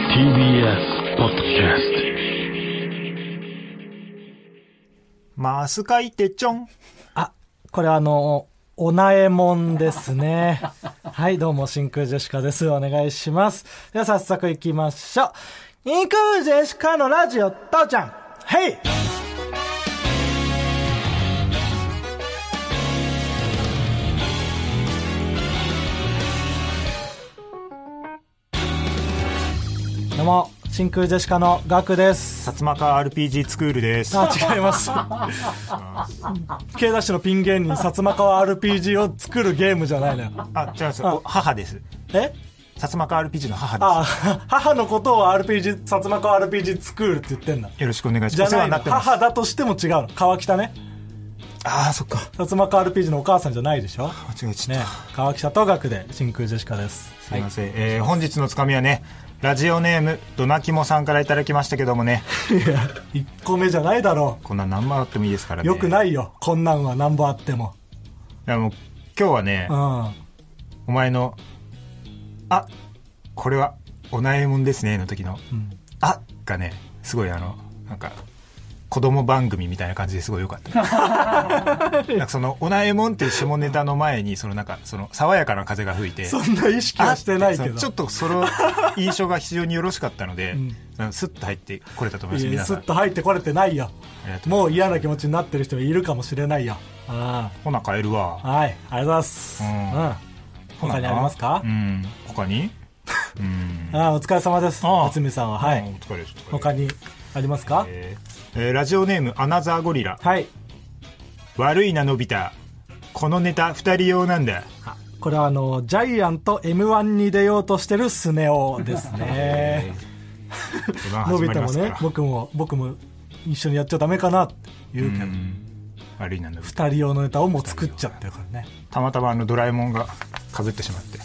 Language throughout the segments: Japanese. TBS ポッドキャストマスカイテチョン。あ、これあの、おなえもんですね。はい、どうも、真空ジェシカです。お願いします。では、早速行きましょう。真空ジェシカのラジオ、父ちゃん。はいどうも、真空ジェシカのガクです。薩摩川 RPG スクールです。あ、違います。K ダッシュのピン芸人、薩摩川 RPG を作るゲームじゃないのよ。あ、違います。お母です。え薩摩川 RPG の母であ、母のことを RPG、薩摩川 RPG 作るって言ってんだ。す。よろしくお願いしじます。おゃ世話ないにのなってます。母だとしても違うの。川北ね。ああ、そっか。薩摩川 RPG のお母さんじゃないでしょ間違えちゃっねた。川北と学で真空ジェシカです。すいません。えー本日のつかみはね、ラジオネーム、ドナキモさんからいただきましたけどもね、いや、1個目じゃないだろこんな何万あってもいいですからう。ね。。よくないいよ。こんなんはなんぼあっても。やもう今日はねう、ん。お前の、あ、これは、おなえもんですね、の時の、あがね、すごいあの、なんか、子供番組みたいな感じですごい良か った。なんかその、おなえもんっていう下ネタの前に、そのなんか、その、爽やかな風が吹いて、そんな意識あはしてないけってど。ちょっとその印象が非常によろしかったので、んあのスッと入ってこれたと思います、いや皆スさッん。と入ってこれてないよありがとうございますもう嫌な気持ちになってる人がいるかもしれないよあほな、帰るわあ。はいありがとうございます、ううんんほな他にありますか、うん。他にうん。ああお疲れ様ですああ渥美さんははうんいお疲れです。お疲れ他にありますか、えーえーラジオネームアナザーゴリラはい悪いなのび太このネタ二人用なんだあこれはあのジャイアンと m 1に出ようとしてるスネ夫 ですねまあの始びま太りまもすからね僕も僕も一緒にやっちゃダメかなって言うけど、うん悪いなのび太二人用のネタをもう作っちゃってるからねたまたまあのドラえもんがかぶってしまって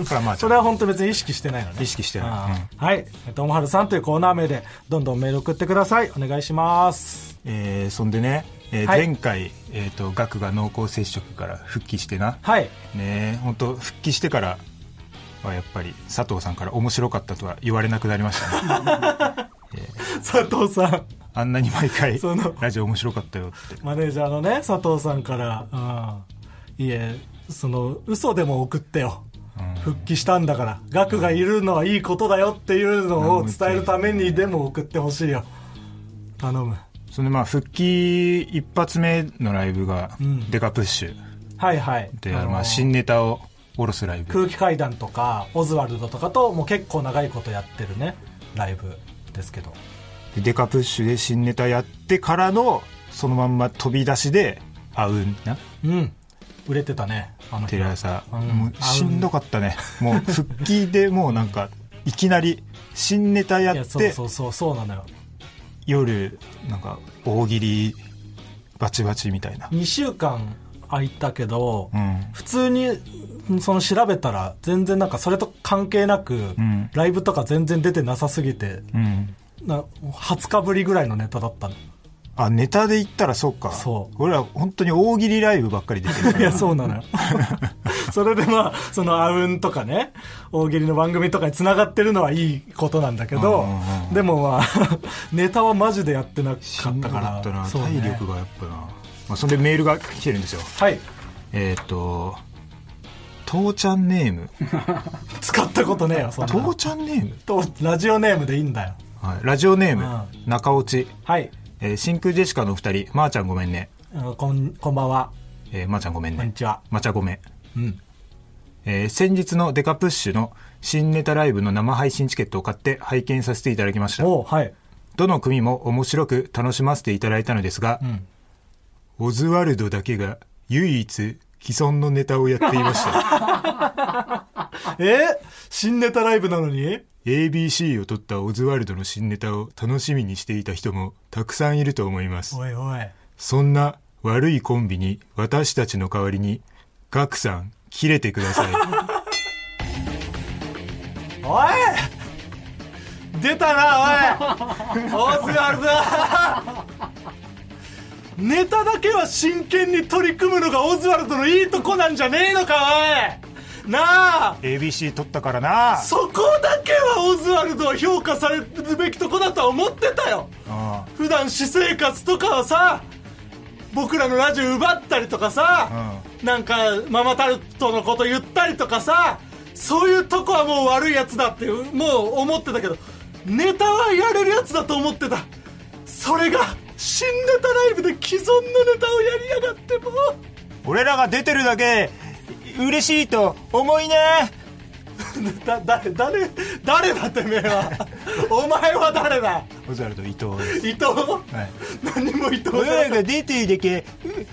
それはまあそれは本当別に意識してないのね意識してないあーはいともはるさんというコーナー名でどんどんメール送ってくださいお願いしますえーそんでね、えーはい前回、えー、とガクが濃厚接触から復帰してな、はいねえ本当復帰してからはやっぱり佐藤さんから面白かったとは言われなくなりま したね佐藤さんあんなに毎回そのラジオ面白かったよってマネージャーのね佐藤さんから、うん、いえその嘘でも送ってようん復帰したんだからガクがいるのはいいことだよっていうのを伝えるためにでも送ってほしいよ頼むそれでまあ復帰一発目のライブがんデカプッシュはいはいで、あのまあ、新ネタを下ろすライブ空気階段とかオズワルドとかともう結構長いことやってるねライブですけどでデカプッシュで新ネタやってからのそのまんま飛び出しで会うんなうん売れてたねあの日テレ朝、うんもうしんどかったねもう復帰 でもうなんかいきなり新ネタいややっそうてそうそうそうなのよ夜なんか大喜利バチバチみたいな2週間空いたけど、うん普通にうんその調べたら全然なんかそれと関係なく、んライブとか全然出てなさすぎてうんな20日ぶりぐらいのネタだったのあネタで言ったらそうかそう俺ら本当に大喜利ライブばっかり 出てるからいやそうなの よそれでまあそのあうんとかね大喜利の番組とかにつながってるのはいいことなんだけど、うんうんうんでもまあ ネタはマジでやってなかしっんたどかからったな、そうね体力がやっぱな、まあ、それでメールが来てるんですよはいえっ、と父ちゃんネー ム使ったことねえよそんな父ちゃんネーム、とラジオネームでいいんだよはい、ラジオネーム、う中落ち、はい、えー真空ジェシカのお二人まー、ちゃんごめんね、あのこんこんばんはえーまー、ちゃんごめんこんにねちはまちゃごめん、うんえー先日のデカプッシュの新ネタライブの生配信チケットを買って拝見させていただきましたおうはいどの組も面白く楽しませていただいたのですが、んオズワルドだけが唯一既存のネタをやっていました えー新ネタライブなのに ABC を取ったオズワルドの新ネタを楽しみにしていた人もたくさんいると思いますおいおいそんな悪いコンビに私たちの代わりにガクさん切れてくださいおい出たな おいオズワルドネタだけは真剣に取り組むのがオズワルドのいいとこなんじゃねえのかな あ ABC 取ったからなそこだけはオズワルドは評価されるべきとこだとは思ってたようん普段私生活とかはさ僕らのラジオ奪ったりとかさ、なんかママタルトのこと言ったりとかさそういうとこはもう悪いやつだってもう思ってたけどネタはやれるやつだと思ってたそれが新ネタライブで既存のネタをやりやがっても俺らが出てるだけ嬉しいと思いねう だ誰誰誰だてめえ はお前は誰だオズワルド伊藤です伊藤、はい何も伊藤俺だらが出てるだけ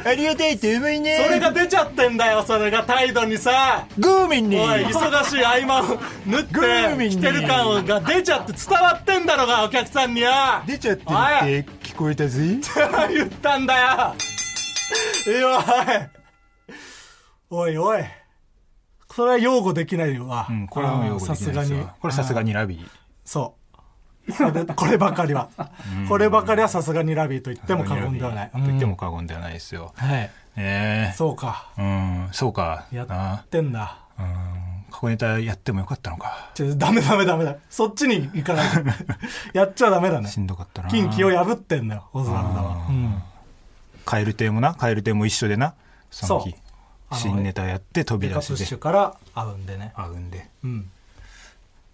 ありがたいと思いねそれが出ちゃってんだよそれが態度にさグーミンにおい忙しい合間を縫ってグーミンに来てる感が出ちゃって伝わってんだろうがお客さんには出ちゃってるって聞こえたぜおい 言ったんだよいやおいおいおいそれは擁護できないわ、うんこれはもう用語できないさですすがによこれさすがにラビーそうそれでこればかりはこればかりはさすがにラビーと言っても過言ではない、と言っても過言ではないですようんはいねそうかえうんそうかやなってんだうん過去ネタやってもよかったのかちょダメダメダメだそっちに行 かないでやっちゃダメだねしんどかったな近畿を破ってんだよオズワルドは、うんカエル亭もなカエル亭も一緒でなその日そうあの新ネタやって飛ピびカ出プッシしュでから会うんでね、あうんでうん、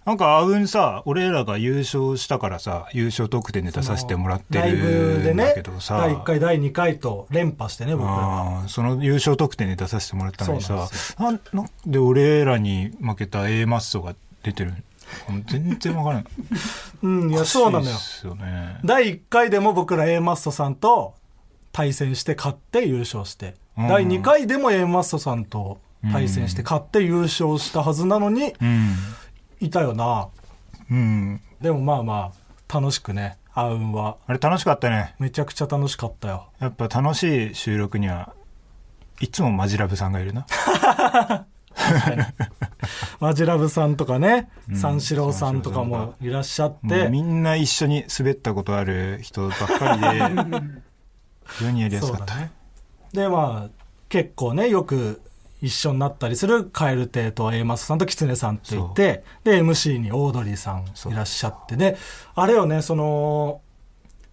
なんかあうんさ俺らが優勝したからさ優勝特典ネタさせてもらってライブるでんねだけどさ第1回第2回と連覇してね僕らはあーその優勝得点で出させてもらったのにそうなんさでなんなんで俺らに負けた A マッソが出てるもう全然わからないうんいや そうなのよおかしいっすよね第1回でも僕ら A マッソさんと対戦して勝って優勝して、うん第2回でも A マッソさんと対戦して勝って優勝したはずなのに、うんいたよなうんでもまあまあ楽しくねあうんはあれ楽しかったねめちゃくちゃ楽しかったよやっぱ楽しい収録にはいつもマジラブさんがいる なマジラブさんとかね、三四郎さんとかもいらっしゃっもうてみんな一緒に滑ったことある人ばっか りで非常にやりやすかった、そうだでまあ結構ねよく一緒になったりするカエル亭と A マスさんとキツネさんっていてで MC にオードリーさんいらっしゃってであれよねその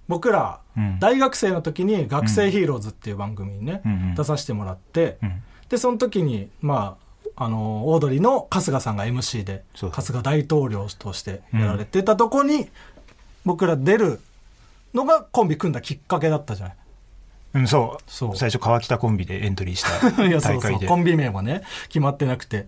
僕らうん大学生の時に「学生ヒーローズ」っていう番組にね、うんうん出させてもらって、うんでその時にまああのオードリーの春日さんが MC でそう春日大統領としてやられてたとこに、僕ら出るのがコンビ組んだきっかけだったじゃない。うん、そうそう最初川北コンビでエントリーした いやそ大うそ会うでコンビ名もね決まってなくて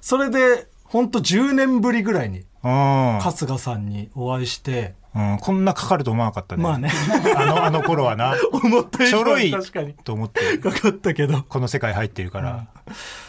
それで本当10年ぶりぐらいにうん春日さんにお会いして、うん、こんなかかると思わなかったね。まあね あの、あの頃はな、思った以ちょろ上いに確かにと思って、かかったけどこの世界入ってるから、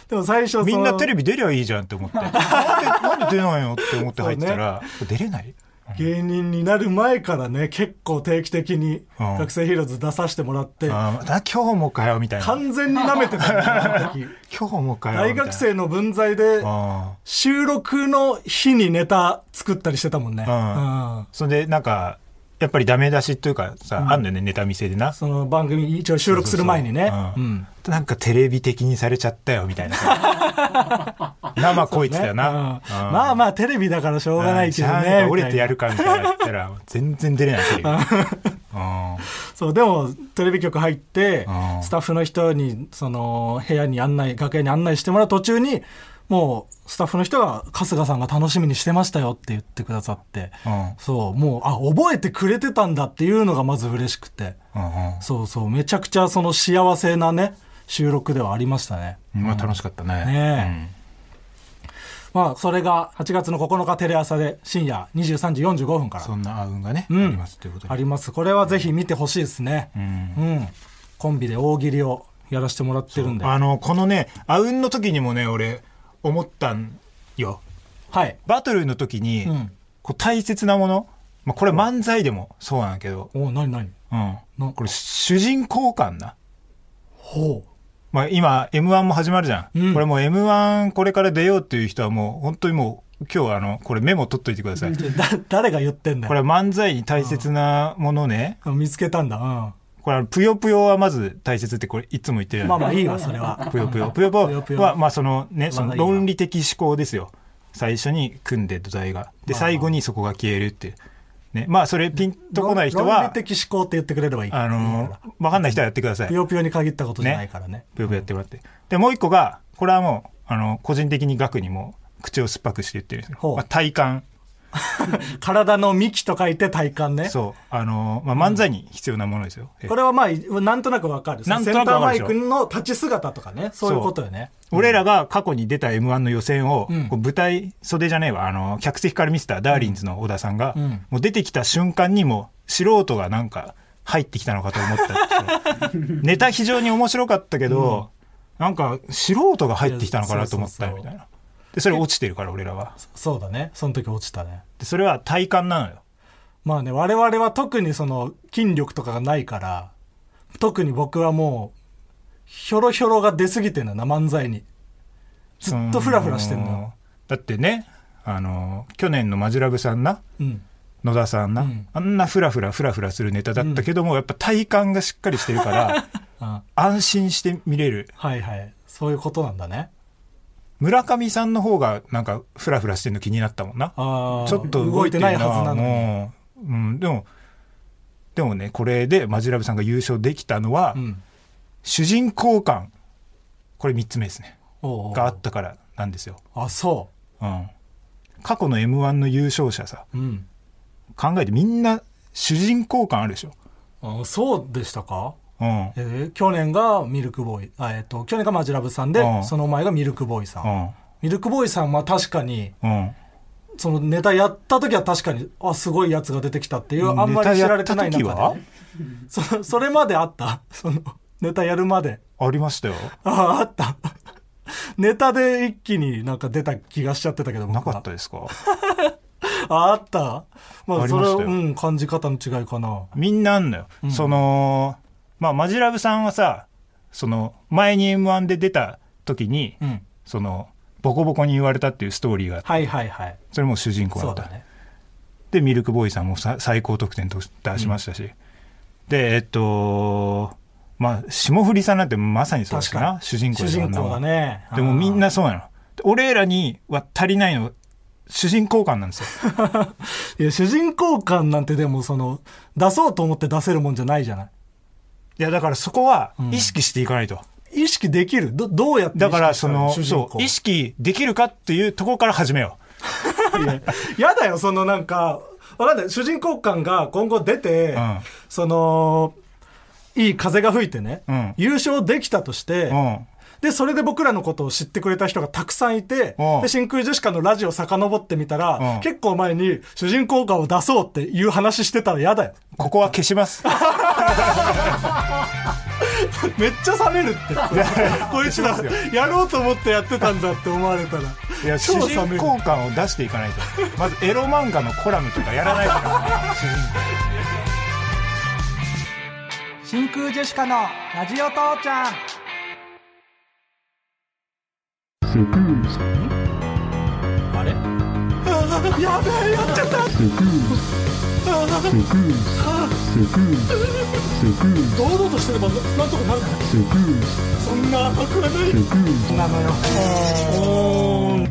でも最初そのみんなテレビ出りゃいいじゃんって 思って、なんでなんで出ないのって思って入ってたら、出れない芸人になる前からね結構定期的に「うん学生ヒーローズ」出させてもらって、あーだ今日もかよ、みたいな。完全に舐めてたんだよあの 時今日もかよ。大みたいな学生の分際であー収録の日にネタ作ったりしてたもんね、うんうんそれで、なんか、やっぱりダメ出しというかさ、あんのよね、ネタ見せでな。その番組一応収録する前にそねうそううそううんんなんかテレビ的にされちゃったよ、みたいな さ生こいてたよな。ねうんうんまあまあテレビだからしょうがないけどしゃあないねか折れてやるるかみたいなやったら全然出れないテレビうんそうでもテレビ局入ってうんスタッフの人にその部屋に案内楽屋に案内してもらう途中にもうスタッフの人が春日さんが楽しみにしてましたよって言ってくださって、うんそうもうあ覚えてくれてたんだっていうのがまず嬉しくてうんそうそうめちゃくちゃその幸せなね収録ではありましたねうんまあ楽しかったねねまあそれが8月の9日テレ朝で深夜23時45分かうんらそんなあうんがねあんりますということあでります。これはぜひ見てほしいですね。うんうん。コンビで大喜利をやらせてもらってるんで。あのこのねあうんの時にもね俺思ったんよはい。バトルの時にんこう大切なものまあこれ漫才でもそうなんだけどおなになにうんなこれ主人公感なほまあ今 M1 も始まるじゃん。うんこれもう M1 これから出ようっていう人はもう本当にもう今日あの、これメモ取っといてください。う。だ、誰が言ってんだこれよ。は漫才に大切なものね、見つけたんだ。うん。これあの、ぷよぷよはまず大切って、これいつも言ってるよね。まあまあいいわ、それは。 ぷよぷよ。ぷよぷよぷよぷよは、まあそのね、そまのだいいわ論理的思考ですよ。最初に組んで土台が。で、まあまあ最後にそこが消えるっていう。ね。まあそれピンとこない人論理は、的思考って言ってくれればいい。あのー、わかんない人はやってください。ぷぷよよぷよに限ったことじゃないからね。ぷよやってもらって。で、もう一個が、これはもう、あの、個人的に額にも口を酸っぱくして言ってるんですけほど、うまあ、体感。体の幹と書いて体幹ね。そう。あの、まあ漫才に必要なものですよ。えこれはまあ、なんとなくわかる。なんとなくわかるでしセンょターマイクの立ち姿とかね。そういうことよね。俺らが過去に出た M1 の予選を、うんこう舞台袖じゃねえわ、あの、客席から見せたダーリンズの小田さんが、うんもう出てきた瞬間にもう素人がなんか入ってきたのかと思ったっていう ネタ非常に面白かったけど、なんか素人が入ってきたのかなと思ったよみたいな。で、それ落ちてるから俺らは。そうだね。その時落ちたね。で、それは体感なのよ。まあね、我々は特にその筋力とかがないから、特に僕はもう、ひょろひょろが出すぎてんだな、漫才に。ずっとフラフラしてんのそよ。の。だってね、あの、去年のマジラブさんな、うん。野田さんな、うんあんなフラフラフラフラするネタだったけども、やっぱ体感がしっかりしてるから、 あ安心して見れる。はいはい。そういうことなんだね。村上さんの方がなんかフラフラしてるの気になったもんな。ああ。ちょっと動動いいててなないいははずずななののに。に。うん、でも、でもね、これでマジラブさんが優勝できたのは、うん。主人公感、これ3つ目ですね。おうおうがあったからなんですよ。あ、そうん。過去の M1 の優勝者さ、う。うん。考えてみんな主人公感あるでしょ。あそうでしたかうん。うん。えー去年がミルクボーイ。あえっ、と、去年がマジラブさんで、うんその前がミルクボーイさん。ミルクボーイさんは確かに、うん。そのネタやった時は確かに、あ、すごいやつが出てきたっていう、あんまりネタ知やらっれてたない時中はで、ね、そそれまであ ったその、ネタやるまで。ありましたよ。あ、あった。 ネタで一気になんか出た気がしちゃってたけど、僕なはかったですかあ、あった。まあ、ありそまれしたよは、うん、感じ方の違いかな。みんなあんのよ。その、まあ、マジラブさんはさ、その、前に M1 で出た時に、うん。その、ボコボコに言われたっていうストーリーがあって、はいはいはい。それも主人公だそうった。だね。で、ミルクボーイさんもさ最高得点と出しましたし。で、えっと、まあ、霜降りさんなんてまさにそうだし確かな、主人公主だよ人公だ。ねあん。なもんでもみんなそうなの。で俺らには足りないの、主人公感なんですよ。 いや、主人公感なんてでもその、出そうと思って出せるもんじゃないじゃない。いや、だからそこは意識していかないと。意識できるど、どうやって意識だから、その、した主人そ公う、意識できるかっていうところから始めよいややだよ、そのなんか、わかんない。主人公感が今後出て、うんその、いい風が吹いてね、うん優勝できたとして、う。うん。で、それで僕らのことを知ってくれた人がたくさんいて、うんで、真空ジェシカのラジオ遡ってみたら、うん結構前に主人公感を出そうっていう話してたら嫌だよ。ここは消します。めっちゃ冷めるって。こいつらそうです、やろうと思ってやってたんだって思われたら。い や、主超冷め人る。公感を出していかないと。まず、エロ漫画のコラムとかやらないから、主人真空ジェシカのラジオ父ちゃん。あれやべえ、やっちゃった。堂々としてれば、なんとかなるからそんな甘くはない。なのよ。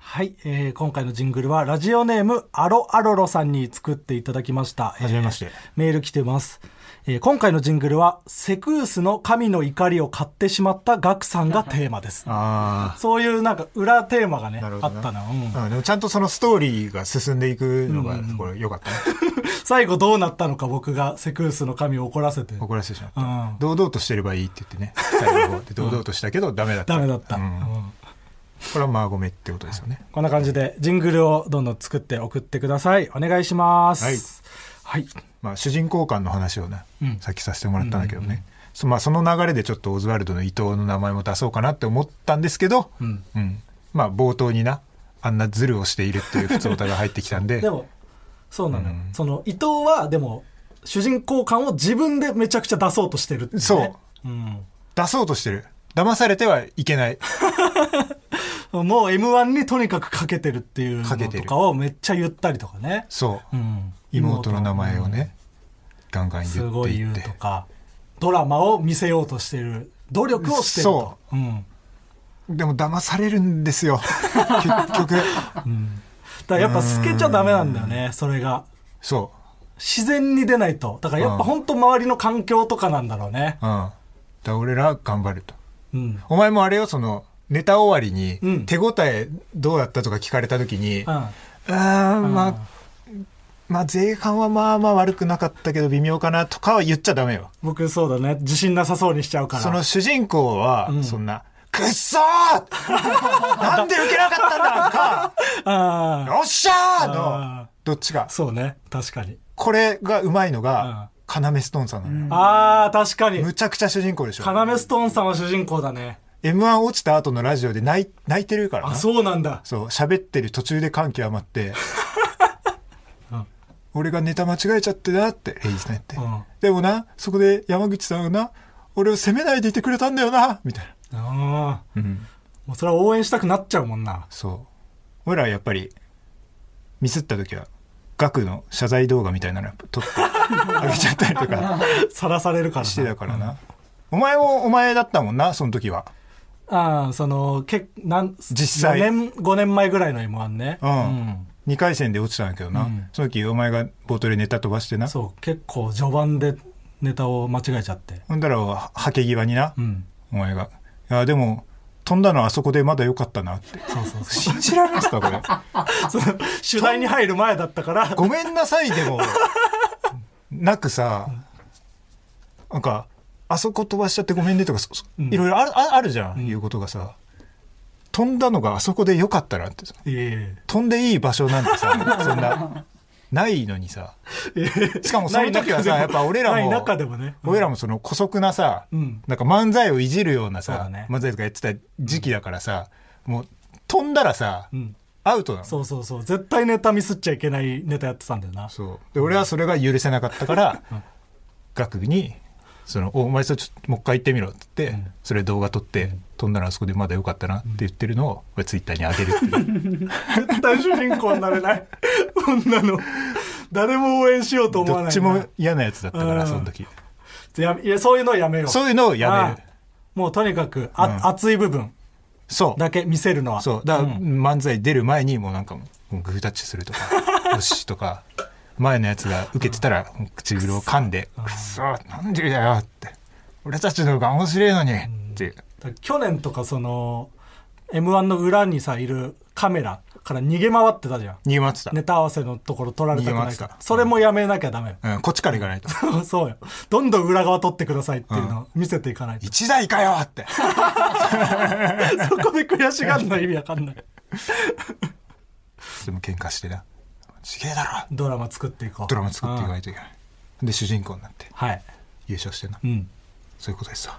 はい、えー今回のジングルはラジオネームアロアロロさんに作っていただきました。はじめましてメール来てます。えー今回のジングルはセクースの神の怒りを買ってしまったガクさんがテーマです。あそういうなんか裏テーマがね、なるあほどなったな。うんあ。でも、ちゃんとそのストーリーが進んでいくのが、これ、良かった ね。最後どうなったのか僕がセクースの神を怒らせて。怒らせてしまっうた。ん堂々としてればいいって言ってね。最後で、堂々としたけど、ダ メだった。ダメだった。ううんんこれは、まあ、ごめんってことですよね。こんな感じで、ジングルをどんどん作って送ってください。お願いします。はい。まあ、主人公感の話をね、うんさっきさせてもらったんだけどね、そまあ、その流れでちょっとオズワルドの伊藤の名前も出そうかなって思ったんですけど、うんまあ、冒頭になあんなズルをしているっていう普通歌が入ってきたんで でも、そうなのよ。その、伊藤は、でも、主人公感を自分でめちゃくちゃ出そうとしてるってねそううん。出そうとしてる騙されてはいけないもう M1 にとにかくかけてるっていうのかけてとるかをめっちゃ言ったりとかね。そううん。妹の名前をね、ガンガンす言っごてい言いうってとかドラマを見せようとしてる努力をしてるとそうんでも騙されるんです よ結局だからやっぱ透けちゃダメなんだよねそれがそ自然に出ないとだからやっぱうん本当周りの環境とかなんだろうねううんだから俺らは頑張るとうんお前もあれよそのネタ終わりに、うん手応えどうだったとか聞かれた時に、うあんあまあまあ前半はまあまあ悪くなかったけど微妙かなとかは言っちゃダメよ僕そうだね自信なさそうにしちゃうからその主人公はんそんな、くっ そーなんで受けなかったんだかああよっしゃーあのどっちがそうね確かにこれがうまいのが、要ストーンさんなのよ、ああ確かにむちゃくちゃ主人公でしょ要ストーンさんは主人公だね m 1落ちた後のラジオで泣い泣いてるからあなそうなんだそう喋ってる途中で感極まって、 うん俺がネタ間違えちゃってなってレイジさん言って、うんでもなそこで山口さんがな俺を責めないでいてくれたんだよなみたいああな、うん、もうそれは応援したくなっちゃうもんなそう俺らはやっぱりミスった時は額の謝罪動画みたいなのやっぱ 撮ってあげちゃったりとかさらされるからなしてたからなお前もお前だったもんなその時はああそのけなん実際4年5年前ぐらいの m 1ねうん、2回戦で落ちたんだけどな、うんその時お前が冒頭でネタ飛ばしてなそう結構序盤でネタを間違えちゃってほんだらははけ際にな、うんお前が「いやでも飛んだのはあそこでまだ良かったな」ってそうそうそ信じられますかこれう その主題に入る前だったからごめんなさいでもなくさなんか「あそこ飛ばしちゃってごめんね」とかそそうんいろいろあるああるじゃん、いうことがさ飛んだのがあそこで良かったなってさいえいえ飛んでいい場所なんて さそんなないのにさしかもその時はさない中でやっぱ俺らもない中でもね俺らもその古速なさ、うんなんか漫才をいじるようなそうださ、ね漫才とかやってた時期だからさ、もう飛んだらさ、うんアウトなの。そうそうそう絶対ネタミスっちゃいけないネタやってたんだよなそうで、俺はそれが許せなかったから、学部に、その、おお前それちょっともう一回言ってみろって言って、それ動画撮って、飛んだらあそこでまだよかったなって言ってるのを、俺ツイッターに上げるって いう。絶対主人公になれない そんなの誰も応援しようと思わないどっなちも嫌なやつだったかうら、んその時。やいやそういうのはやめようそういうのをやめるあ。もうとにかくあ、うん熱い部分そう。だけ見せるのはそう。だから、ん漫才出る前に、もうなんかもう、もうグータッチするとか、 よしとか、前のやつが受けてたら、もう唇を噛んで、くっそ、なんでだよって。俺たちの方が面白いのに、っていう。だから去年とかその m 1の裏にさいるカメラから逃げ回ってたじゃん逃げ回ってた。ネタ合わせのところ取られた逃くげな回いってからたそれもやめなきゃダメよ、 うん、こっちから行かないと。そうよどんどん裏側取ってくださいっていうのを見せていかないと、一台かよって。 そこで悔しがるの意味わかんないでも喧嘩してな。ちげえだろドラマ作っていこうドラマ作っていかうなんいといけない。で、主人公になって、はい優勝してなう。んそういうことですわ。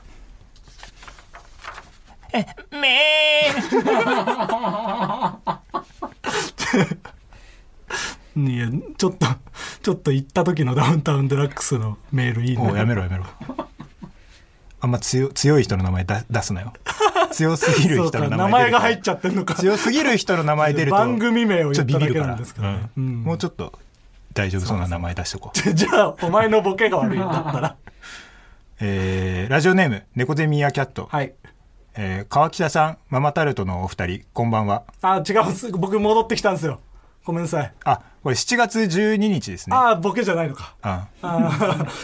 いやちょっと ちょっと行った時のダウンタウンデラックスのメールいいもうやねめろやめろ。あんま強強い人の名前だ出すなよ。強すぎるそう人かの名前出る名前が入っゃちゃってんのか強すぎる人の名前出ると番組名をちょ言っっとたビだビけるかなんらですけどね、うんうんもうちょっと大丈夫そうな名前出しとこう じゃあお前のボケが悪いよだったらえーラジオネーム猫ゼミやキャット、はいえー川北さんママタルトのお二人こんばんはあ違うんです僕戻ってきたんですよごめんなさいあこれ7月12日ですねああボケじゃないのかああ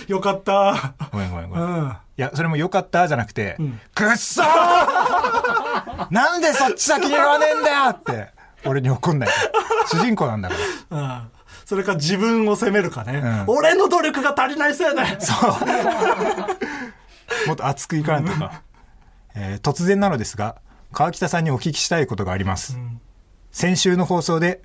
ー よかったごめんごめんごうめんいんやそれもよかったじゃなくて、くっそー なんでそっち先に言わねえんだよって俺に怒んない主人公なんだからうんそれか自分を責めるかね、うん俺の努力が足りないせいで もっと熱くいかんとか、えー突然なのですが川北さんにお聞きしたいことがあります、先週の放送で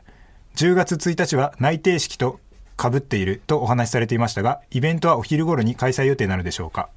10月1日は内定式とかぶっているとお話しされていましたがイベントはお昼頃に開催予定なのでしょうか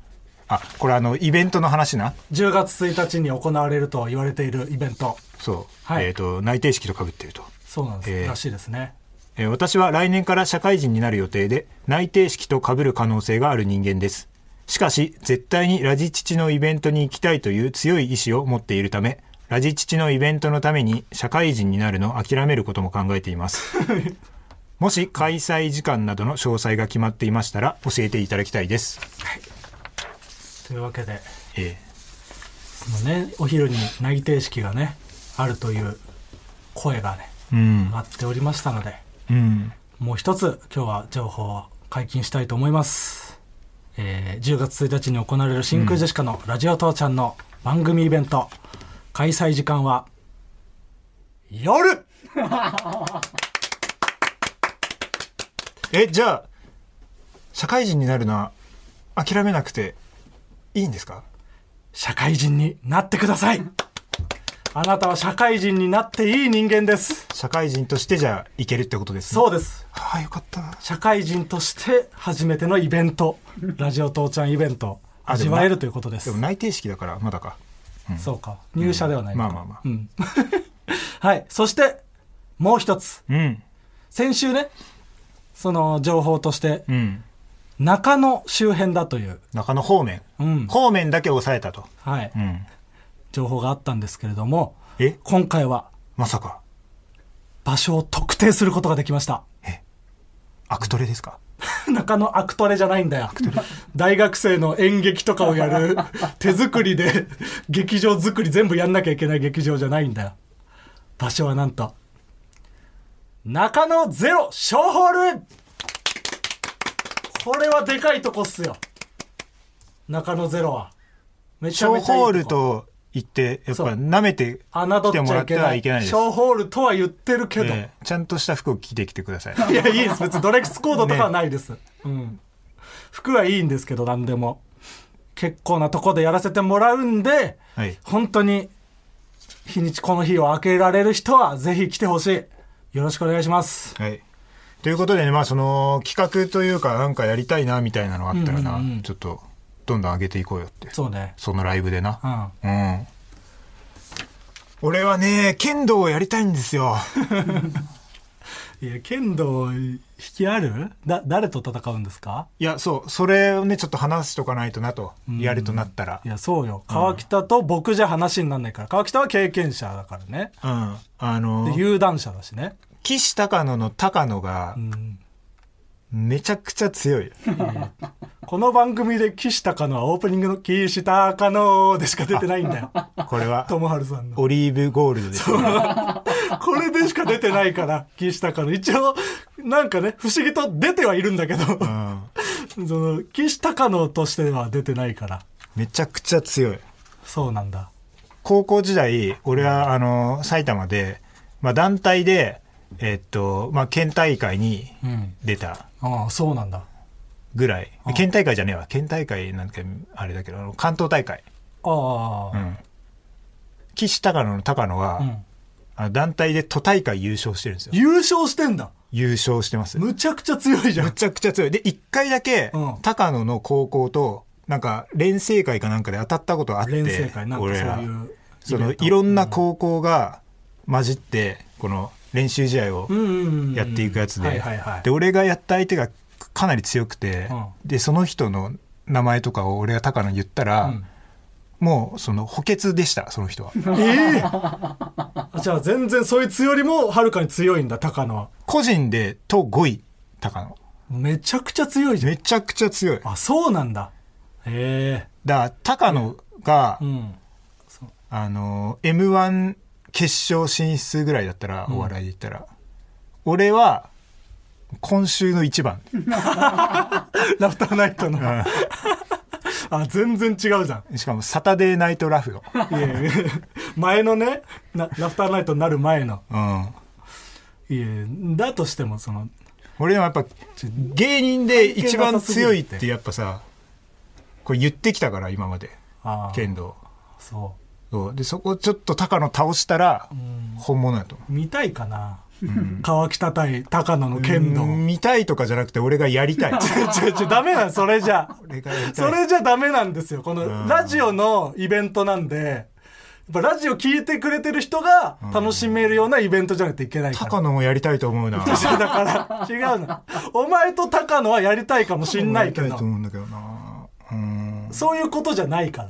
あこれあのイベントの話な10月1日に行われると言われているイベントそう、はいえっ、と内定式とかぶっていると、そうなんです、えーらしいですねえー私は来年から社会人になる予定で内定式と被る可能性がある人間ですしかし絶対にラジ父のイベントに行きたいという強い意志を持っているためラ ジ父のイベントのために社会人になるのを諦めることも考えていますもし開催時間などの詳細が決まっていましたら教えていただきたいです。というわけでえそのねお昼に内定式がねあるという声がねえうん。待っておりましたのでうん。もう一つ今日は情報を解禁したいと思います、えー10月1日に行われる真空ジェシカのラジオ父ちゃんの番組イベント、開催時間は夜 え、じゃあ、社会人になるのは諦めなくていいんですか社会人になってくださいあなたは社会人になっていい人間です社会人としてじゃあいけるってことですね。そうですはあ、よかった。社会人として初めてのイベントラジオ父ちゃんイベントあで味もなわえるということですでも内定式だからまだか。そうか入社ではないのまか、あまあまあう。んはいそしてもう一つうん。先週ねその情報としてうん。中野周辺だという、中野方面。うん方面だけ抑えたと。はいうん。情報があったんですけれどもえ今回はまさか、場所を特定することができましたアクトレですか 中野アクトレじゃない んだよ大学生の演劇とかをやる手作りで劇場作り全部やんなきゃいけない劇場じゃないんだよ場所はなんと中野ゼロ小ホールこれはでかいとこっすよ中野ゼロはめちゃ小めちゃいいホールとこと言って、やっぱそう舐めて侮来てっもちらゃいってけなはいいけないです。小ホールとは言ってるけど、ええちゃんとした服を着てきてください。いや、いいです。別にドレックスコードとかはないです。うん。服はいいんですけど、何でも。結構なとこでやらせてもらうんで、はい本当に、日にちこの日を開けられる人は、ぜひ来てほしい。よろしくお願いします。はい。ということでね、まあその企画というかなんかやりたいなみたいなのがあったらな、うんうんうんちょっとどんどん上げていこうよって。そうね。そのライブでなう。ん。うん。俺はね、剣道をやりたいんですよ。 いや、剣道、引きあるだ、誰と戦うんですかいや、そう、それをね、ちょっと話しとかないとなと、やるとなったらい。や、そうよ。川北と僕じゃ話になんないから。川北は経験者だからね。うん。あので、、有段者だしね。岸高野の高野がう、ん。めちゃくちゃ強いよ。この番組で岸高野はオープニングの岸高野でしか出てないん だよ。これ は、友春さんの。オリーブゴールドです。これでしか出てないから、岸高野。一応、なんかね、不思議と出てはいるんだけど、うん。その、岸高野としては出てないから。めちゃくちゃ強い。そうなんだ。高校時代、俺は、あの、埼玉で、まあ、団体で、えっと、まあ、県大会にうん。出たああ、そうなんだ。ぐらいうん。県大会じゃねえわ。県大会なんか、あれだけど、あの関東大会。あうあ。ん。岸高野の高野は、うん。あの団体で都大会優勝してるんですよ。優勝してんだ。優勝してます。むちゃくちゃ強いじゃむ ん。ちゃくちゃ強い。で、一回だけうん、高野の高校と、なんか、連成会かなんかで当たったことあって、連成会なんかそう俺らい。う。その、いろんな高校が混じって、この、練習試合をうんうんうんうんやっていくやつはいではいはい、で、。俺がやった相手がかなり強くてうん、で、その人の名前とかを俺が高野に言ったうらん、もう、その、補欠でした、その人は。ええ じゃあ全然そいつよりもはるかに強いんだ、高野は。個人で、と5位、高野。めちゃくちゃ強いじゃん。めちゃくちゃ強い。あ、そうなんだ。へだから、高野がえ。う、ん。あの m 1決勝進出ぐらいだったらお笑いで言ったら、俺は今週の一番 ラフターナイトの。あ、全然違うじゃん。しかもサタデーナイトラフの、いえいえ、前のねな、ラフターナイトになる前の。うん、いえ、だとしても、その、俺はやっぱ芸人で一番強いってやっぱさこれ言ってきたから今までああ、剣道そそうでそこちょっと高野倒したらう。うん。本物やと思見たいかな。う、うん川北対高野の剣道。 うん見たいとかじゃなくて俺がやりたい違う違う、ダメなん、それじゃ。俺がやりたい それじゃダメなんですよ。こうのんラジオのイベントなんで、やっぱラジオ聞いてくれてる人が楽しめるようなイベントじゃないといけないから。高野もやりたいと思うなだから、 違うの。お前と高野はやりたいかもしんないけやりたいとど、思うんだけどなうんそういうことじゃないから。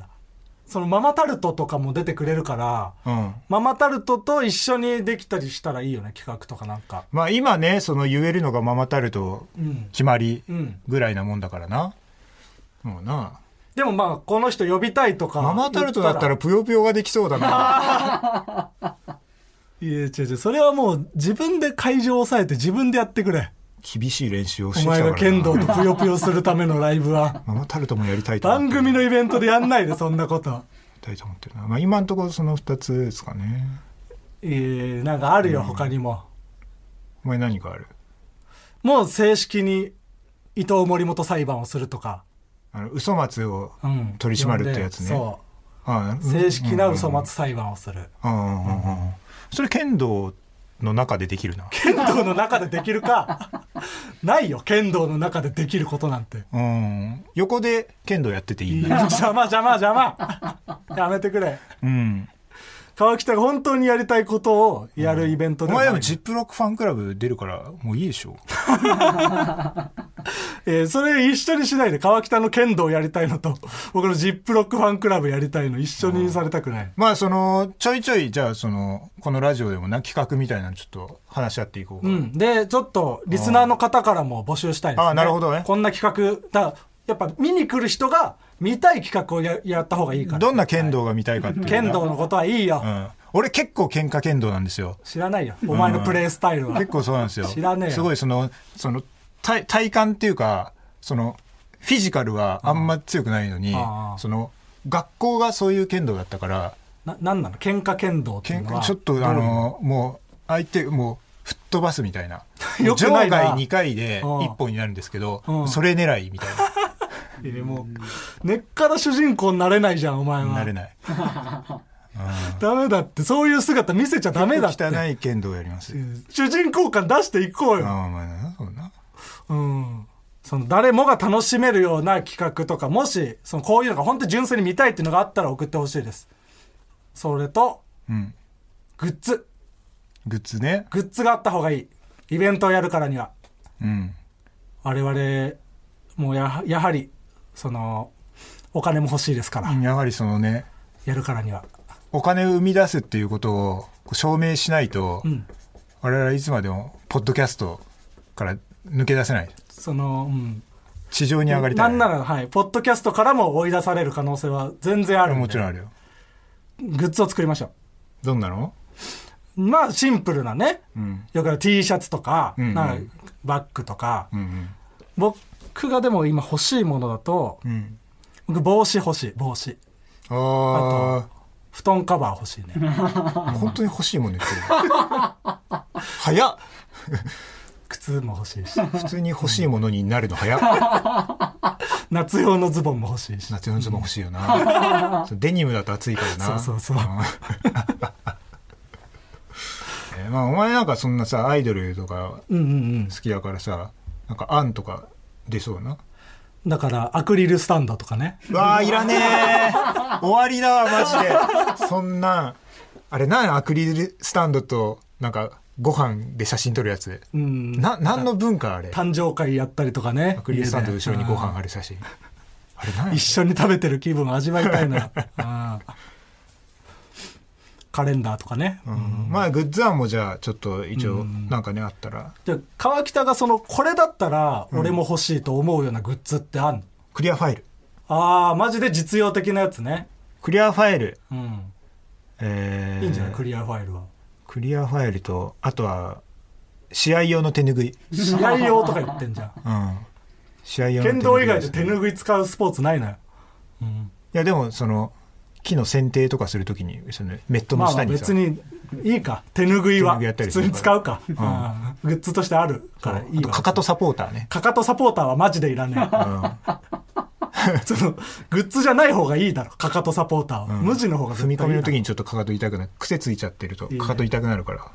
そのママタルトとかも出てくれるから、うん。ママタルトと一緒にできたりしたらいいよね、企画とかなんか。まあ今ね、その言えるのがママタルトうん。決まりうん。ぐらいなもんだからな。もうな。でもまあ、この人呼びたいとか。ママタルトだったらいぷよぷよができそうだ な。や、違う違う。それはもう自分で会場を抑えて自分でやってくれ。厳しい練習をしておきたから前なが剣道とぷよぷよするためのライブは。ママタルトもやりたいと思って 番る組のイベントでやんないで、そんなこと。やりたいと思ってるな。まあ今のところその2つですかね。えー、なんかあるよ、他にも。お前何かあるもう正式に伊藤森本裁判をするとか。あの、嘘松をうん取り締まるってやつね。そああう。正式な嘘松裁判をする。うんうんうんうんそれ剣道の中でできるな。剣道の中でできる か。ないよ、剣道の中でできることなんて。うん。横で剣道やってていい。邪魔邪魔邪魔。やめてくれ。うん。川北が本当にやりたいことをやるイベントおではな前いでもジップロックファンクラブ出るから、もういいでしょ。えーそれ一緒にしないで、川北の剣道やりたいのと、 僕のジップロックファンクラブやりたいの一緒にされたくない。まあ、その、ちょいちょい、じゃあ、その、このラジオでもな、企画みたいなのちょっと話し合っていこうか。うん。で、ちょっと、リスナーの方からも募集したいです、ね。あーなるほどねこんな企画。だやっぱ見に来る人が見たい企画をややった方がいいから。どんな剣道が見たいかっていうのが剣道のことはいいよ。うん。俺結構喧嘩剣道なんですよ。知らないよ。お前のプレイスタイルは。結構そうなんですよ。知らねえよすごいその、その、体、体感っていうか、その、フィジカルはあんま強くないのにあ、あその、学校がそういう剣道だったから、な、なんなの喧嘩剣道っていけうんのは。ちょっとあの、もう、相手、もう、吹っ飛ばすみたいな。よくないな場外2回でうん1本になるんですけどう、んそれ狙いみたい えー、もう、根っから主人公になれないじゃん、お前な。は。なれない。ダメだって、そういう姿見せちゃダメだって。汚い剣道をやりますうよ。ん主人公感出していこあうあよ。まあな、そうな。うん。その誰もが楽しめるような企画とか、もし、そのこういうのが本当に純粋に見たいっていうのがあったら送ってほしいです。それと、うん。グッズ。グッズね。グッズがあった方がいい。イベントをやるからには。うん。我々、もうやは、やはり、その、お金も欲しいですから、やはりそのね、やるからには。お金を生み出すっていうことをこう証明しないと、うん。我々はいつまでもポッドキャストから抜け出せないその、うん。地上に上がりたないんなら、はい。ポッドキャストからも追い出される可能性は全然あるんで。もちろんあるよグッズを作りましょどんなのう。まあ、シンプルなね。うんよくある T シャツとか、うんうんなんかバッグとか。うん僕がでも今欲しいものだと、うんうん僕帽子欲しい、帽子。あ布団カバー欲しいね。あ本当に欲しいもんね 早っ靴も欲しいし。普通に欲しいものになるの早っ夏用のズボンも欲しいし。夏用のズボン欲しいよ なそうデニムだと暑いからなそうそうそう えーまあお前なんかそんなさアイドルとかうんうんうん。好きだからさなんか案とか出そうなだから、アクリルスタンドとかね。わあいらねえ 終わりだわマジでそんなんあれなんアクリルスタンドとなんかご飯で写真撮るやつうん。な何の文化あれア誕生会やったりとかね。クリルスタンドの後ろにご飯あある写真あれ何一緒に食べてる気分を味わいたいな。あーカレンダーとかね。うんまあグッズ案もじゃあちょっと一応なんかねあったらじゃあ川北がその、これだったら俺も欲しいと思うようなグッズってあんのクリアファイルああ、マジで実用的なやつね。クリアファイルうん。えーいいんじゃない、クリアファイルは。クリアファイルとあとは試合用の手拭い、試合用とか言ってんじゃん。うん、試合用の剣道以外で手い拭い使うスポーツないのよ。うん。やでもその木の剪定とかするときにそのメットのまあま下あにさ、別にいいか。手拭いは手拭いやった普りす通るに使うか。んうんグッズとしてあるからいいあとわ。かかとサポーターね、かかとサポーターはマジでいらねえ。 その、グッズじゃない方がいいだろ。かかとサポーターは。うん 無地の方が踏み込みの時に。にちょっとかかと痛くなる癖ついちゃってるといねかかと痛くなるか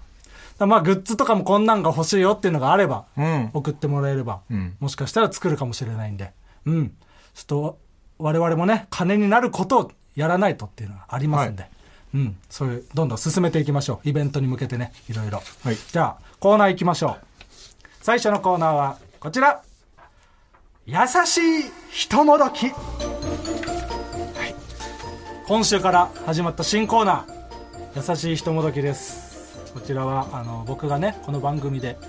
まあグッズとかもこんなんが欲しいよっていうのがあれば、らうん送ってもらえれば、うんもしかしたら作るかもしれないんで。うん。ちょっと、我々もね、金になることをやらないとっていうのはありますんで。うん。それ、どんどん進めていきましょう。イベントに向けてね、いろいろ。はいじゃあ、コーナー行きましょう。最初のコーナーは、こちら。優しいひともどき。今週から始まった新コーナー優しいひともどきですこちらはあの僕がねこの番組で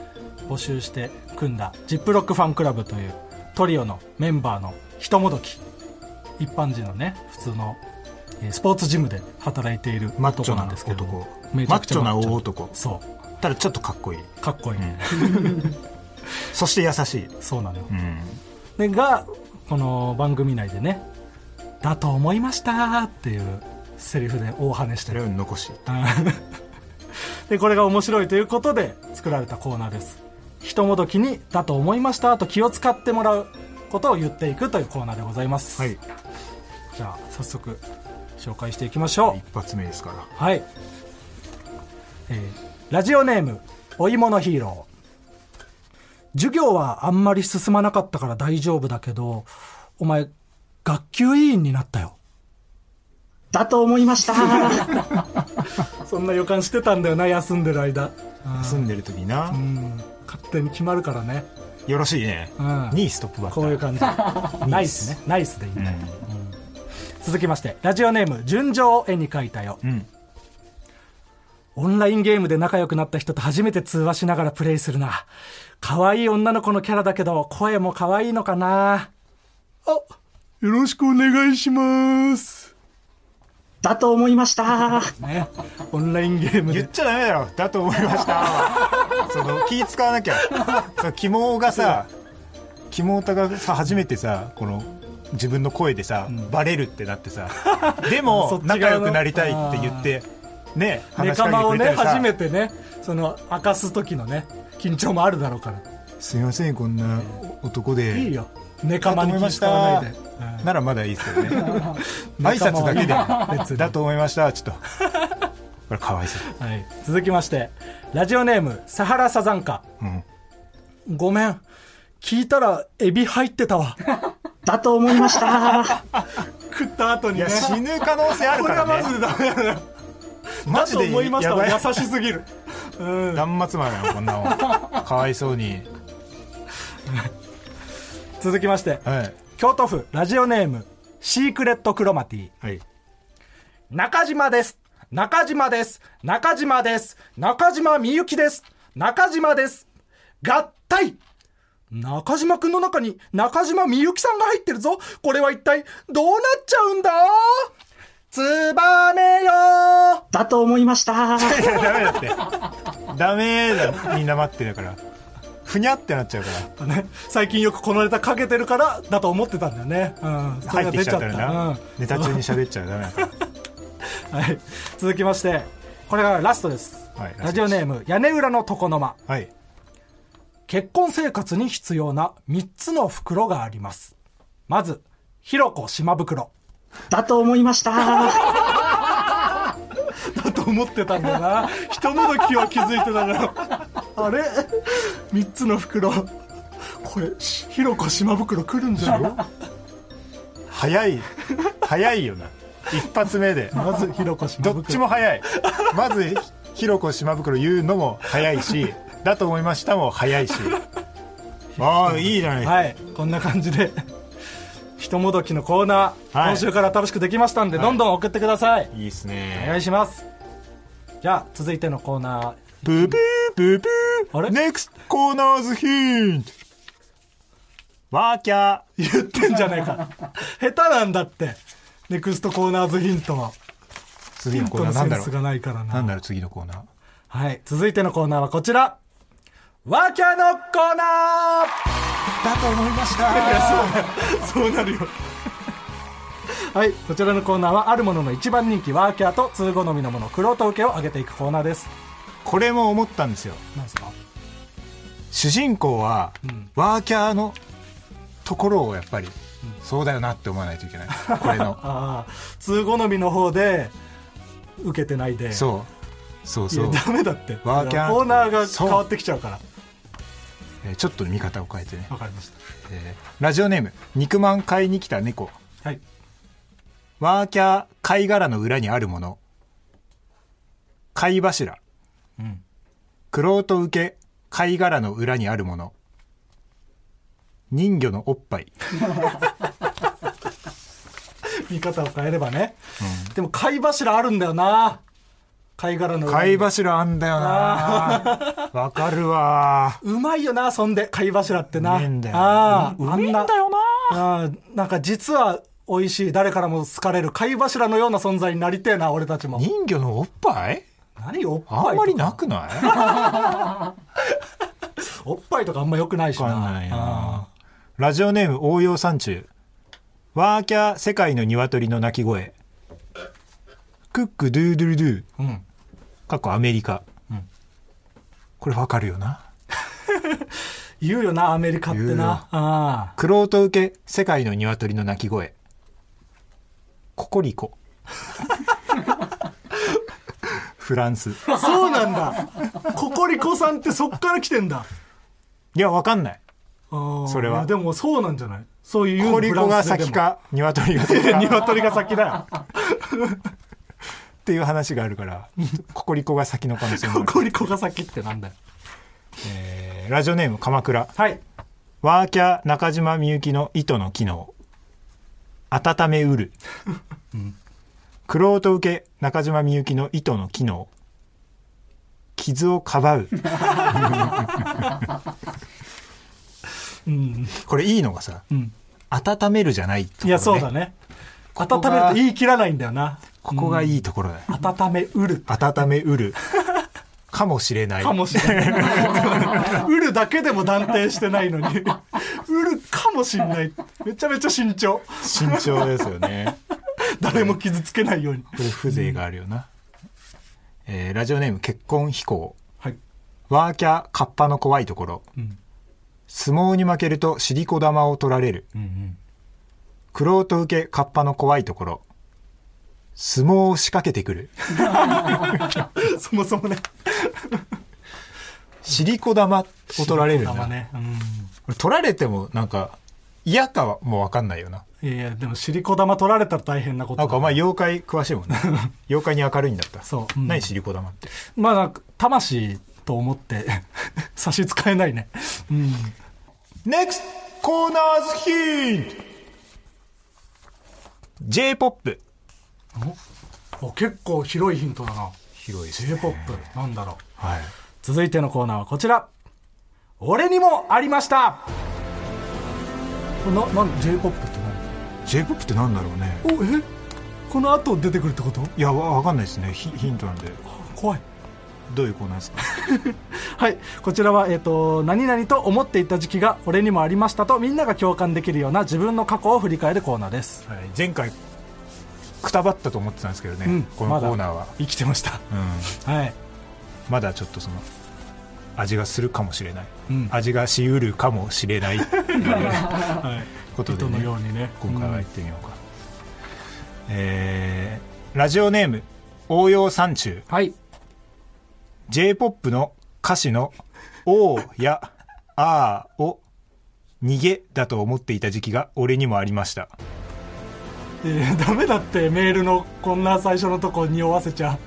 募集して組んだジップロックファンクラブというトリオのメンバーのひともどき一般人のね普通のえースポーツジムで働いているマッチョ男ななんですけど男めちゃくちゃマッチョな大男そただちょっとかっこいいうかっこいい、そして優しい、そうなのようん、でがこの番組内でね「だと思いました」っていうセリフで大跳ねしてそれるを残し でこれが面白いということで作られたコーナーですひともどきに「だと思いました」と気を使ってもらうことを言っていくというコーナーでございます、はいじゃあ早速紹介していきましょう一発目ですからはい、えーラジオネームお芋のヒーロー授業はあんまり進まなかったから大丈夫だけどお前学級委員になったよだと思いました。そんな予感してたんだよな休んでる間 住んでる時な、うん勝手に決まるからねよろしいね、うんにストップバッターこういう感 じナイスねナイスでいいんだよ、うん続きましてラジオネーム純情を絵に描いたようんオンラインゲームで仲良くなった人と初めて通話しながらプレイするな。可愛い女の子のキャラだけど、声も可愛いのかなあ、よろしくお願いします。だと思いました。ね、オンラインゲーム言っで。ちゃダメだろだと思いました その気使わなきゃその肝がさ肝太がさ初めてさこの自分の声でさ、バレるってなってさで そもっち側の仲良くなりたいって言ってねネ話しかけカマてをくれね、たりさ、初めてね、その、明かす時のね、緊張もあるだろうから。すいませんこんな男でいいよ。ネカマに気使わないで。ならまだいいです よね仲挨間拶はだいいけ別でにだと思いましたちょっとこれかわいそう、うんはい。続きまして、ラジオネーム、サハラサザンカ。うん、ごめん。聞いたら、エビ入ってたわ。 だと思いました。 食った後いにねや。死ぬ可能性あるこかれはらねマジでダメだよ。マだと思いましたわ優しすぎる。うん断末魔だよこんなのかわいそうに続きまして、はい京都府ラジオネーム、シークレットクロマティ。はい中島です。中島です。中島です。中島みゆきです。中島です。合体中島くんの中に中島みゆきさんが入ってるぞ。これは一体どうなっちゃうんだつばめよだと思いました。いやダメだってダメだみんな待ってだからふにゃってなっちゃうかね、最近よくこのネタかけてるからだと思ってたんだよね、うん、らそ入れがってき出ちちゃゃっったたらな、うんネタ中に喋っちゃうダメだからはい、続きましてこれがラストです、はいラジオネーム屋根裏の床の間はい結婚生活に必要な3つの袋がありますまずひろこ島袋だと思いました。だと思ってたんだよなひともどきは気づいてたからあれ3つの袋これしひろこ島袋来るんじゃない早い早いよな一発目でまずひろこ島袋どっちも早いまずひろこ島袋言うのも早いしだと思いましたも早 いしああいいじゃない、はい、こんな感じでひともどきのコーナー、はい今週から新しくできましたんで、どんどん送ってくださいい、いっすおね願いしますじゃあ続いてのコーナーブブーブブーあれネクストコーナーズヒントワーキャー言ってんじゃねえか下手なんだってネクストコーナーズヒントはヒ次ンのコトーナのーなセんンだろスうがないからななんだろう次のコーナーはい続いてのコーナーはこちらワーキャーのコーナだと思いましたー そうなるよはいこちらのコーナーはあるものの一番人気ワーキャーと通好みのものクロート受けを上げていくコーナーですこれも思ったんですよなんですか主人公はうんワーキャーのところをやっぱりそうだよなって思わないといけ ないこれのああ通好みの方で受けてないでうそうそうやそうダメだってワーキャーコーナーがそう変わってきちゃうからえーちょっと見方を変えてねわかりましたえーラジオネーム肉まん買いに来た猫はいワーキャー貝殻の裏にあるもの貝柱うんクロート受け貝殻の裏にあるもの人魚のおっぱい見方を変えればね。でも貝柱あるんだよな。貝殻の上に。貝柱あんだよ なわかるわうまいよな、そんで、貝柱ってな。うめえんだよああ、あうめえんだよなああ、なんか実は美味しい、誰からも好かれる貝柱のような存在になりてえな、俺たちも。人魚のおっぱい何おっぱいとかあんまりなく ないわおっぱいとかあんま良くないしな。かんないああなラジオネーム応用山中ワーキャー世界の鶏の鳴き声クックドゥードゥルドゥうん。かっこアメリカ、これわかるよな言うよな、アメリカって言うよな。 あクロート受け世界の鶏の鳴き声ココリ コフランスあ。そうなんだ。ココリコさんってそっから来てんだ。いやわかんないそそれはいやでもそうなんじゃないそういうココリコが先。 か鶏が先フランスででもかっ鶏が先だよ。ていう話があるからココリコが先の可能性もあコる、コリコが先ってなんだよ。えーラジオネーム鎌倉はい。ワーキャー中島みゆきの糸の機能温めうる、クロート受け中島みゆきの糸の機能傷をかばううん。これいいのがさ、うん温めるじゃないところ、いね、や、そうだね。ここ温がめると言い切らないんだよな。ここがいいところだよ、温めうる。温めうるかもしれないかもしれ ない。うるだけでも断定してないのに。うるかもしれない。めちゃめちゃ慎重。慎重ですよね誰も傷つけないように。これ風情があるよな、えーラジオネーム結婚飛行はい。ワーキャーカッパの怖いところ、ん相撲に負けると尻子玉を取られる、クロート受けカッパの怖いところ相撲を仕掛けてくるそもそもね。尻子玉を取られるんだ、玉ね。うん。これ取られてもなんか嫌かはもう分かんないよないやいや、でも、尻子玉取られたら大変なことだ。なんかお前妖怪詳しいも んね妖怪に明るいんだったそううん何尻子玉ってまあ、なんか魂と思って 差し支えないね。うん。 NEXT コーナーズヒント J-POP お結構広いヒントだな。広いですね J-POP。なんだろう。はい続いてのコーナーはこちら。俺にもありましたな、なん、J-POP って何 J-POP ってなんだろうねお、えこの後出てくるってこといやわわかんないですねヒヒントなんで怖い。どういうコーナーですかはい、こちらは、えっと何々と思っていた時期が俺にもありましたとみんなが共感できるような自分の過去を振り返るコーナーです、はい前回くたばったと思ってたんですけどね、うんこのコーナーはまだ生きてましたまだ,、うん、はいまだちょっとその味がするかもしれない、うん味がしうるかもしれ ないっていうことで、糸ね、のようにね今回は行ってみようか、えーラジオネーム応用山中はい j p o p の歌詞の「おー」や「あー」を「逃げ」だと思っていた時期が俺にもありましたえーダメだってメールのこんな最初のとこに匂わせちゃ、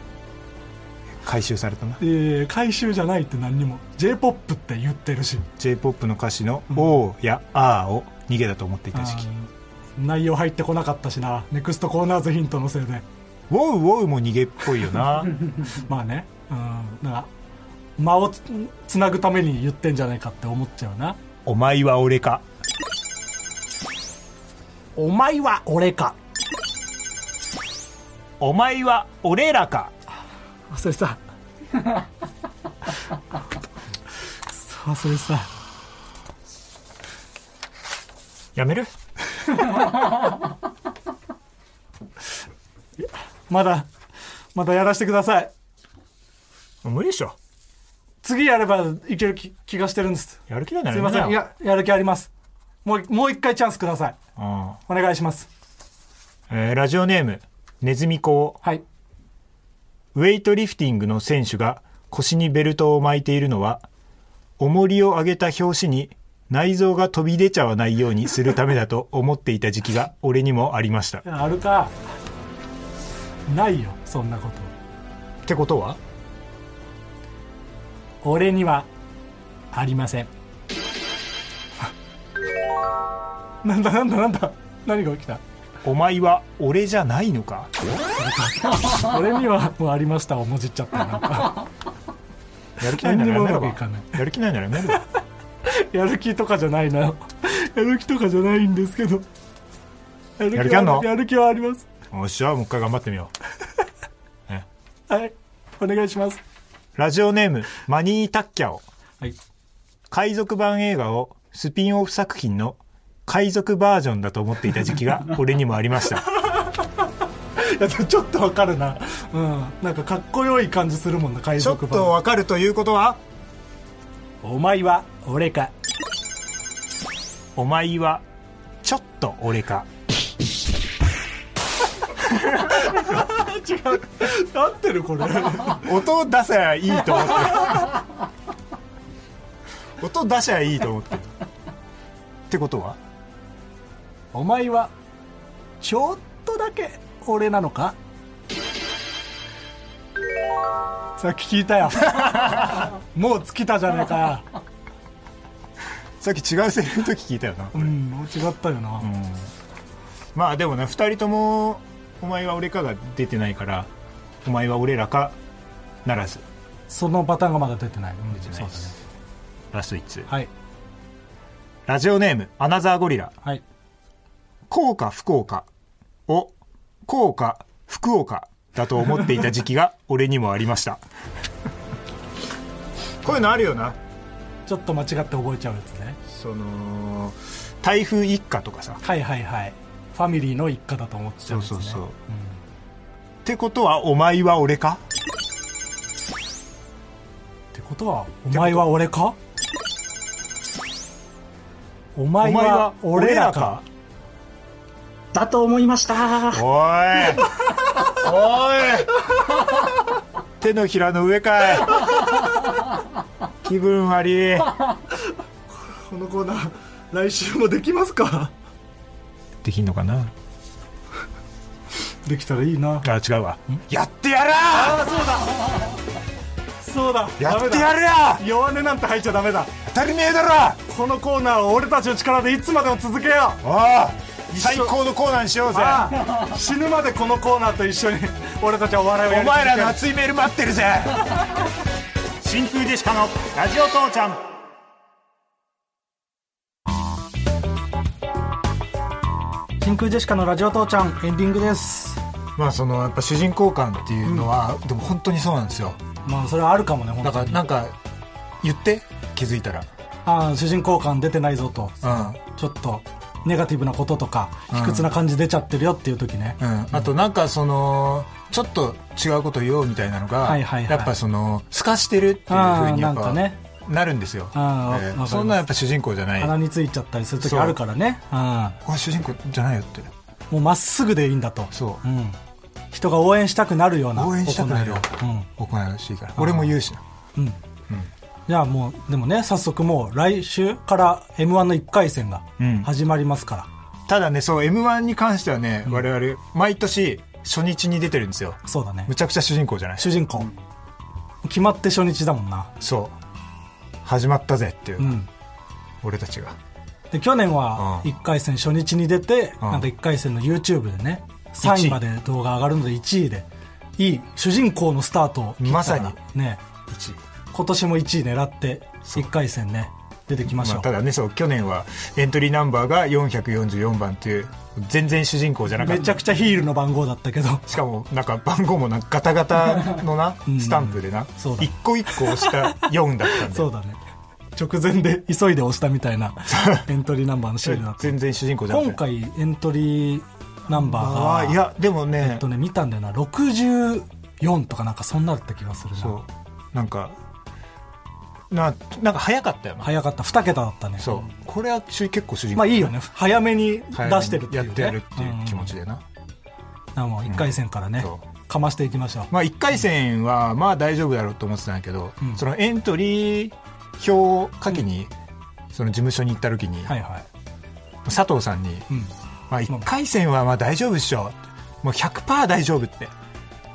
回収されたなえー回収じゃないって何にも j p o p って言ってるし j p o p の歌詞の「おー」や「あー」を「逃げ」だと思っていた時期あー内容入ってこなかったしなネクストコーナーズヒントのせいで「ウォウウォウ」も逃げっぽいよ なまあねうんだから間をつつなぐために言ってんじゃないかって思っちゃうな「お前は俺かお前は俺か。お前は俺らか忘れて た。くそ忘れてた。」やめるまだ、まだやらせてください。もう無理でしょ次やればいける気気がしてるんです。やる気なんだすよいません。いや、やる気あります。もう、もう一回チャンスください。うんお願いします。えーラジオネームネズミ講はい。ウェイトリフティングの選手が腰にベルトを巻いているのは、重りを上げた拍子に内臓が飛び出ちゃわないようにするためだと思っていた時期が俺にもありました。っあるか。ないよ、そんなこと。てことは俺にはありません なんだなんだなんだ何が起きたおお前は俺じゃないのか俺にはもうありましたをもじっちゃったなんかやる気ないならやめろば何にもうまくいかないやる気ないならやめろばやる気とかじゃないのよやる気とかじゃないんですけどやるやる気あんのやる気はありますよっしゃもう一回頑張ってみよう、ね、はいお願いしますラジオネームマニー・タッキャオはい海賊版映画をスピンオフ作品の海賊バージョンだと思っていた時期 が俺にもありましたいやちょっとわかるなうんなんかかっこよい感じするもんな海ちょっ賊版とわかるということはお前は俺かお前はちょっと俺か合ってるこれ音出せばいいと思ってる 音出しゃいいと思ってるってことはお前はちょっとだけ俺なのかさっき聞いた よもう尽きたじゃねえか さっき違うセリフの時聞いたよなうんもう違ったよな、まあでもね2人とも「お前は俺か」が出てないから「お前は俺らか」ならずそのパターンがまだ出てない、うん、そうですラスト1通はいラジオネームアナザーゴリラはい幸か不幸かを幸か福岡だと思っていた時期 が俺にもありましたこういうのあるよなちょっと間違って覚えちゃうやつねその台風一過とかさっはいはいはいファミリーの一家だと思っちゃうやつ、そね、うそうそうてことはお前は俺かってことはお前は俺かお前は俺らかだと思いました。おいおい手のひらの上かい気分悪い このコーナー来週もできますかできんのかなできたらいいなあ違うわやってやらそうだやダメってだやるや弱音なんて入っちゃダメだ当たり前だろこのコーナーを俺たちの力でいつまでも続けようおい最高のコーナーにしようぜああ死ぬまでこのコーナーと一緒に俺たちはお笑いをやおり続け前るらの熱いメール待ってるぜ真空ジェシカのラジオ父ちゃん真空ジェシカのラジオ父ちゃんエンディングですまあそのやっぱ主人公感っていうのは、でも本当にそうなんですよまあそれはあるかもね本だか当らになんか言って気づいたらああ主人公感出てないぞとうんちょっとネガティブなこととか卑屈な感じ出ちゃってるよっていう時ね、うん、あとなんかそのちょっと違うこと言おうみたいなのが、はいはいはいやっぱその透かしてるっていうあふうあにやっなんぱかねなるんですよ、えあーわかりーますそんなやっぱ主人公じゃない鼻こについちゃったりする時あるからねうんこは主人公じゃないよってもうまっすぐでいいんだとそう、うん、人が応援したくなるような応援したくなるよ行いを行いらしいから俺も言うしなうんうんじゃあもうでもね早速もう来週から m 1の1回戦がうん始まりますから、ただねそう m 1に関してはね、我々毎年初日に出てるんですよそうだねむちゃくちゃ主人公じゃない主人公決まって初日だもんなそう始まったぜっていう、うん俺たちがで去年はうん1回戦初日に出て、うんなんか1回戦の YouTube でね3位まで動画上がるので1位でいい主人公のスタートを切ったらまさにね1位今年も1位狙って1回戦ね出てきましょう、まあ、ただねそう去年はエントリーナンバーが444番っていう全然主人公じゃなかっめたちゃくちゃヒールの番号だったけど しかもなんか番号もなんかガタガタの なんスタンプでなそうだ一個一個押した4だったんで そうだね直前で急いで押したみたいなエントリーナンバーのシールだった全然主人公じゃなくて今回エントリーナンあバーあがいやでもね,、えっとね見たんだよな64とかなんかそんなだった気がするそなうなんかななんか早かったよな早かった2桁だったねそうこれは主結構主人公まあいいよね早めに出してるっていやう、ね、ってやるっていう気持ちでな、うん、もう1回戦からね、そかましていきましょうまあ、1回戦はまあ大丈夫だろうと思ってたんやけど、うんそのエントリー表を書きに、その事務所に行った時に、はいはい、佐藤さんにうん、まあ、1回戦はまあ大丈夫っしょもう100%大丈夫って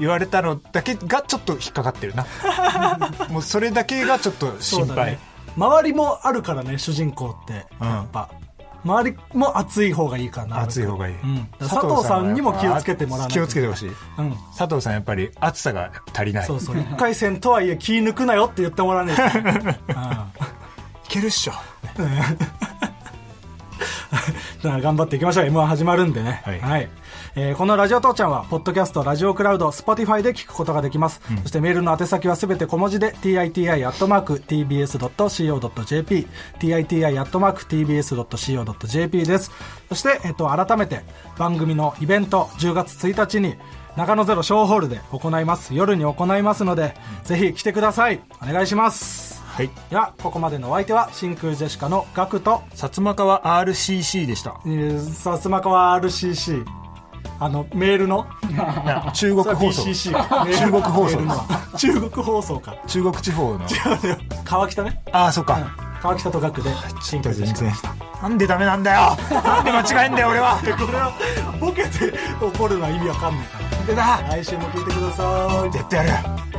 言われたのだけがちょっと引っかかって るなもうそれだけがちょっとそ心うだ配ね周りもあるからね主人公ってうんやっぱ、周りも熱い方がいいかな熱い方がいい、うん佐藤さんにも気をつけてもらわないと気をつけてほしいうん佐藤さんやっぱり熱さが足りないそうそう1回戦とはいえ気抜くなよって言ってもらわな いといけるっしょじゃあ 頑張っていきましょう m 1始まるんでねはいえーこの「ラジオ父ちゃん」はポッドキャストラジオクラウド Spotify で聞くことができます、そしてメールの宛先はすべて小文字で titi.tbs.co.jp titi.tbs.co.jp ですそして、えっと改めて番組のイベント10月1日に中野ゼロ小ホールで行います夜に行いますので、ぜひ来てくださいお願いしますはいではここまでのお相手は真空ジェシカのガクと薩摩川 RCC でしたえーさつまかわ RCC あのメールのいや中国放送 BCC 中国放送メールの中国放送か中国地方の川北ねああそっか、川北と学で新全規でした然なんでダメなんだよなんで間違えんだよ俺 はこれはボケて怒るのは意味わかんないから出た来週も聞いてください絶対やる